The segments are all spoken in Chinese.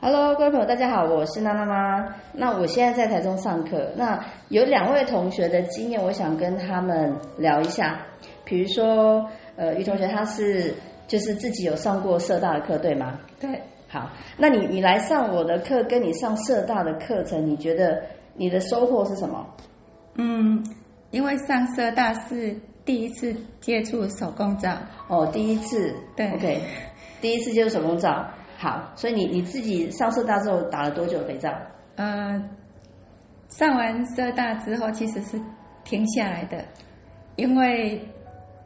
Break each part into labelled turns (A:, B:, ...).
A: Hello，各位朋友，大家好，我是娜娜妈。那我现在在台中上课，那有两位同学的经验，我想跟他们聊一下。比如说，呃，于同学他是就是自己有上过社大的课，对吗？
B: 对，
A: 好，那你你来上我的课，跟你上社大的课程，你觉得你的收获是什么？
B: 嗯，因为上社大是第一次接触手工皂，
A: 哦，第一次，
B: 对
A: ，OK，第一次接触手工皂，好，所以你你自己上社大之后打了多久肥皂？
B: 呃，上完社大之后其实是停下来的，因为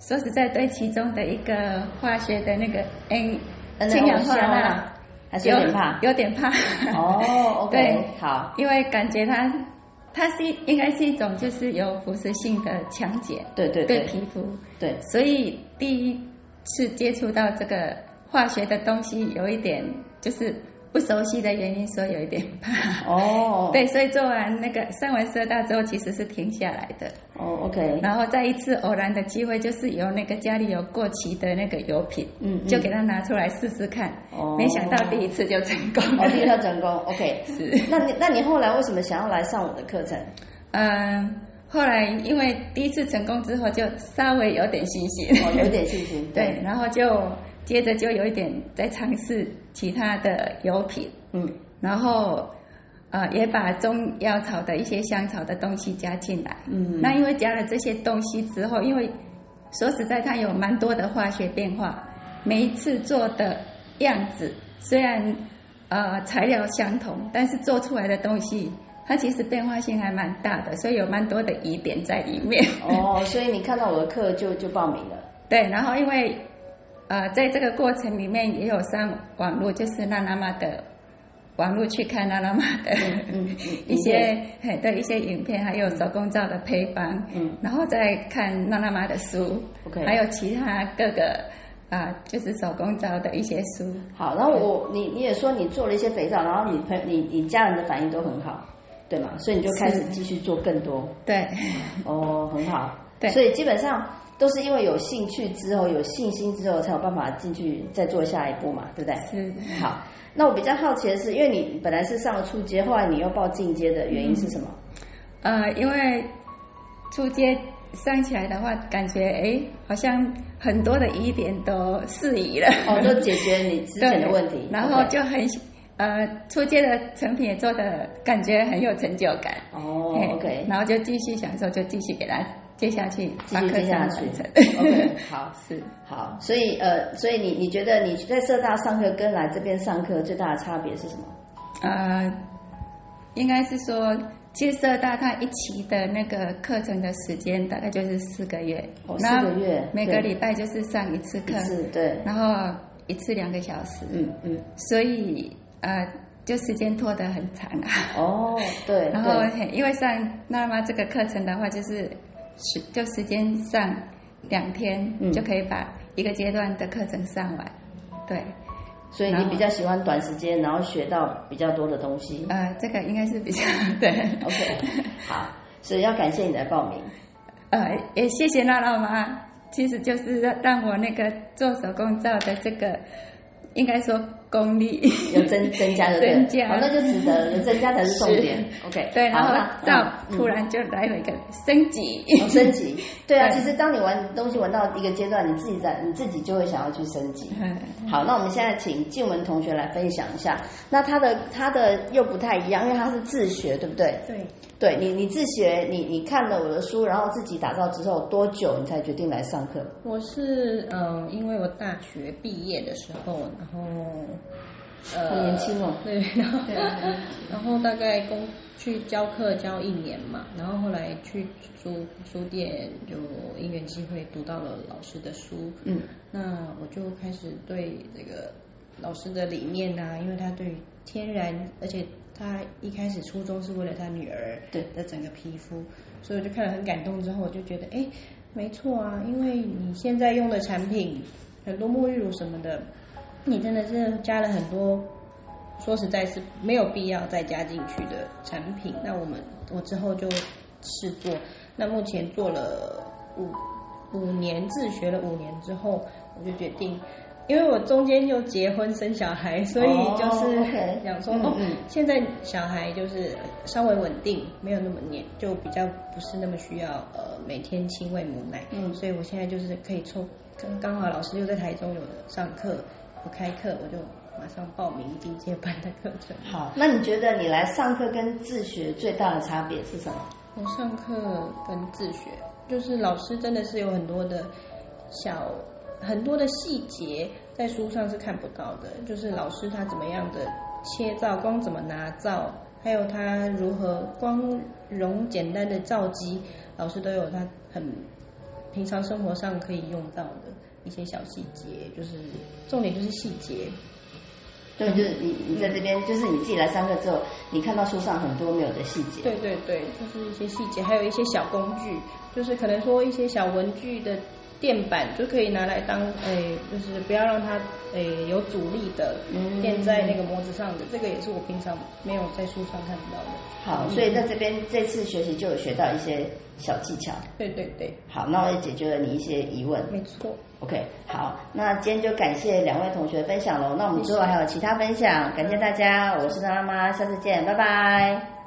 B: 说实在对其中的一个化学的那个 N
A: 嗯
B: 氢氧
A: 那我笑
B: 化钠
A: 了还是有点怕？
B: 有点怕。
A: 哦，OK，
B: 对
A: 好，
B: 因为感觉它它是应该是一种就是有腐蚀性的强解
A: 对对
B: 对
A: 对
B: 皮肤，
A: 对，
B: 所以第一次接触到这个化学的东西，有一点就是不熟悉的原因，所以有一点怕。
A: 哦，
B: 对，所以做完那个上完社大之后，其实是停下来的。
A: 哦，OK，
B: 然后再一次偶然的机会，就是有那个家里有过期的那个油品，
A: 嗯嗯
B: 就给它拿出来试试看。
A: 哦
B: 没想到第一次就成功了。
A: 哦，第一套成功，OK，
B: 是
A: 那你那你后来为什么想要来上我的课程？
B: 嗯，后来因为第一次成功之后，就稍微有点信 心。
A: 哦，有点信心，
B: 对，，然后就接着就有一点在尝试其他的油品，
A: 嗯，
B: 然后呃也把中药草的一些香草的东西加进来。
A: 嗯
B: 那因为加了这些东西之后，因为说实在它有蛮多的化学变化，每一次做的样子虽然呃材料相同，但是做出来的东西。它其实变化性还蛮大的，所以有蛮多的疑点在里面。
A: 哦，所以你看到我的课就就报名了。
B: 对，然后因为呃，在这个过程里面也有上网络，就是娜娜妈的网络去看娜娜妈的、
A: 嗯嗯
B: 一些嘿的一些影片，还有手工皂的配方，
A: 嗯，
B: 然后再看娜娜妈的书
A: OK
B: 还有其他各个啊、就是手工皂的一些书。
A: 好，然后我你你也说你做了一些肥皂，然后你朋你你家人的反应都很好，对吗？所以你就开始继续做更多
B: 对，
A: 哦，很好。
B: 对
A: 所以基本上都是因为有兴趣之后，有信心之后，才有办法进去再做下一步嘛，对不对？
B: 是
A: 好，那我比较好奇的是，因为你本来是上了初阶，后来你又报进阶的原因是什么？
B: 呃，因为初阶上起来的话，感觉诶好像很多的疑点都释疑了。
A: 哦，就解决你之前的问题
B: 嗯对，然后
A: OK
B: 就很喜呃，初阶的成品也做的感觉很有成就感。
A: 哦
B: 嘿
A: ，OK，
B: 然后就继续享受，就继续给他接下去
A: 继
B: 把
A: 续
B: 课
A: 接
B: 程
A: 下
B: 完
A: 去
B: 成。
A: OK，好。
B: 是，
A: 好，所以呃，所以你你觉得你在社大上课跟来这边上课最大的差别是什么？
B: 呃，应该是说，其实社大它一期的那个课程的时间大概就是四个月，
A: 哦
B: 那
A: 四个月
B: 每个
A: 对
B: 礼拜就是上一次课，
A: 是对，
B: 然后一次两个小时，
A: 嗯嗯，
B: 所以呃，就时间拖得很长啊。
A: 哦，对，
B: 然后
A: 对
B: 嘿因为上那妈这个课程的话，就是时就时间上两天、
A: 嗯
B: 就可以把一个阶段的课程上完。对，
A: 所以你
B: 然后
A: 比较喜欢短时间，然后学到比较多的东 西。
B: 呃，这个应该是比 较对。
A: OK，好，所以要感谢你来报名。
B: 呃，也谢谢娜娜妈，其实就是让让我那个做手工皂的这个，应该说功力
A: 有增增加的对了，
B: 增加
A: 哦，那就值得了，有增加才是重 点。OK，
B: 对，然
A: 好
B: 后
A: 那
B: 皂
A: 嗯
B: 突然就来了一个升 级。
A: 哦升 级，对啊，
B: 对
A: 其实当你玩东西玩到一个阶段，你自己在你自己就会想要去升级。
B: 嗯
A: 好，那我们现在请静文同学来分享一下，那他的他的又不太一样，因为他是自学，对不对？
B: 对，
A: 对你你自学，你你看了我的书，然后自己打造之后多久你才决定来上课？
C: 我是嗯、呃因为我大学毕业的时候，然后呃，
A: 好年轻哦
C: 对，然后然后大概工去教课教一年嘛，然后后来去书书店就因缘机会读到了老师的书，
A: 嗯，
C: 那我就开始对这个老师的理念啊，因为他对于天然，而且他一开始初衷是为了他女儿
A: 对
C: 的整个皮肤，所以我就看了很感动，之后我就觉得，哎，没错啊，因为你现在用的产品，呃很多沐浴乳什么的，你真的是加了很多。说实在是没有必要再加进去的产品，那我们我之后就试做，那目前做了五五年自学了五年之后，我就决定，因为我中间又结婚生小孩，所以就
A: 哦
C: 是
A: ，OK
C: 想说
A: 嗯
C: 哦
A: 嗯，
C: 现在小孩就是稍微稳定，没有那么黏，就比较不是那么需要呃每天亲喂母奶。
A: 嗯
C: 所以我现在就是可以抽，刚刚好老师又在台中有上课，有开课，我就马上报名进阶班的课程。
A: 好，那你觉得你来上课跟自学最大的差别是什么？
C: 我上课跟自学，就是老师真的是有很多的小很多的细节在书上是看不到的，就是老师他怎么样的切照，光怎么拿照，还有他如何光容简单的照机，老师都有他很平常生活上可以用到的一些小细节，就是重点就是细节，
A: 对，就是你你在这边，就是你自己来上课之后，你看到书上很多没有的细节。
C: 对对对，就是一些细节，还有一些小工具，就是可能说一些小文具的垫板就可以拿来当诶、就是不要让它诶、有阻力的
A: 嗯
C: 垫在那个模子上的，这个也是我平常没有在书上看到的。
A: 好，所以在这边这次学习就有学到一些小技巧。
C: 对对对，
A: 好，那我也解决了你一些疑问。
C: 没错，
A: OK，好，那今天就感谢两位同学分享喽。那我们之后还有其他分享，感谢大家，我是张妈妈，下次见，拜拜。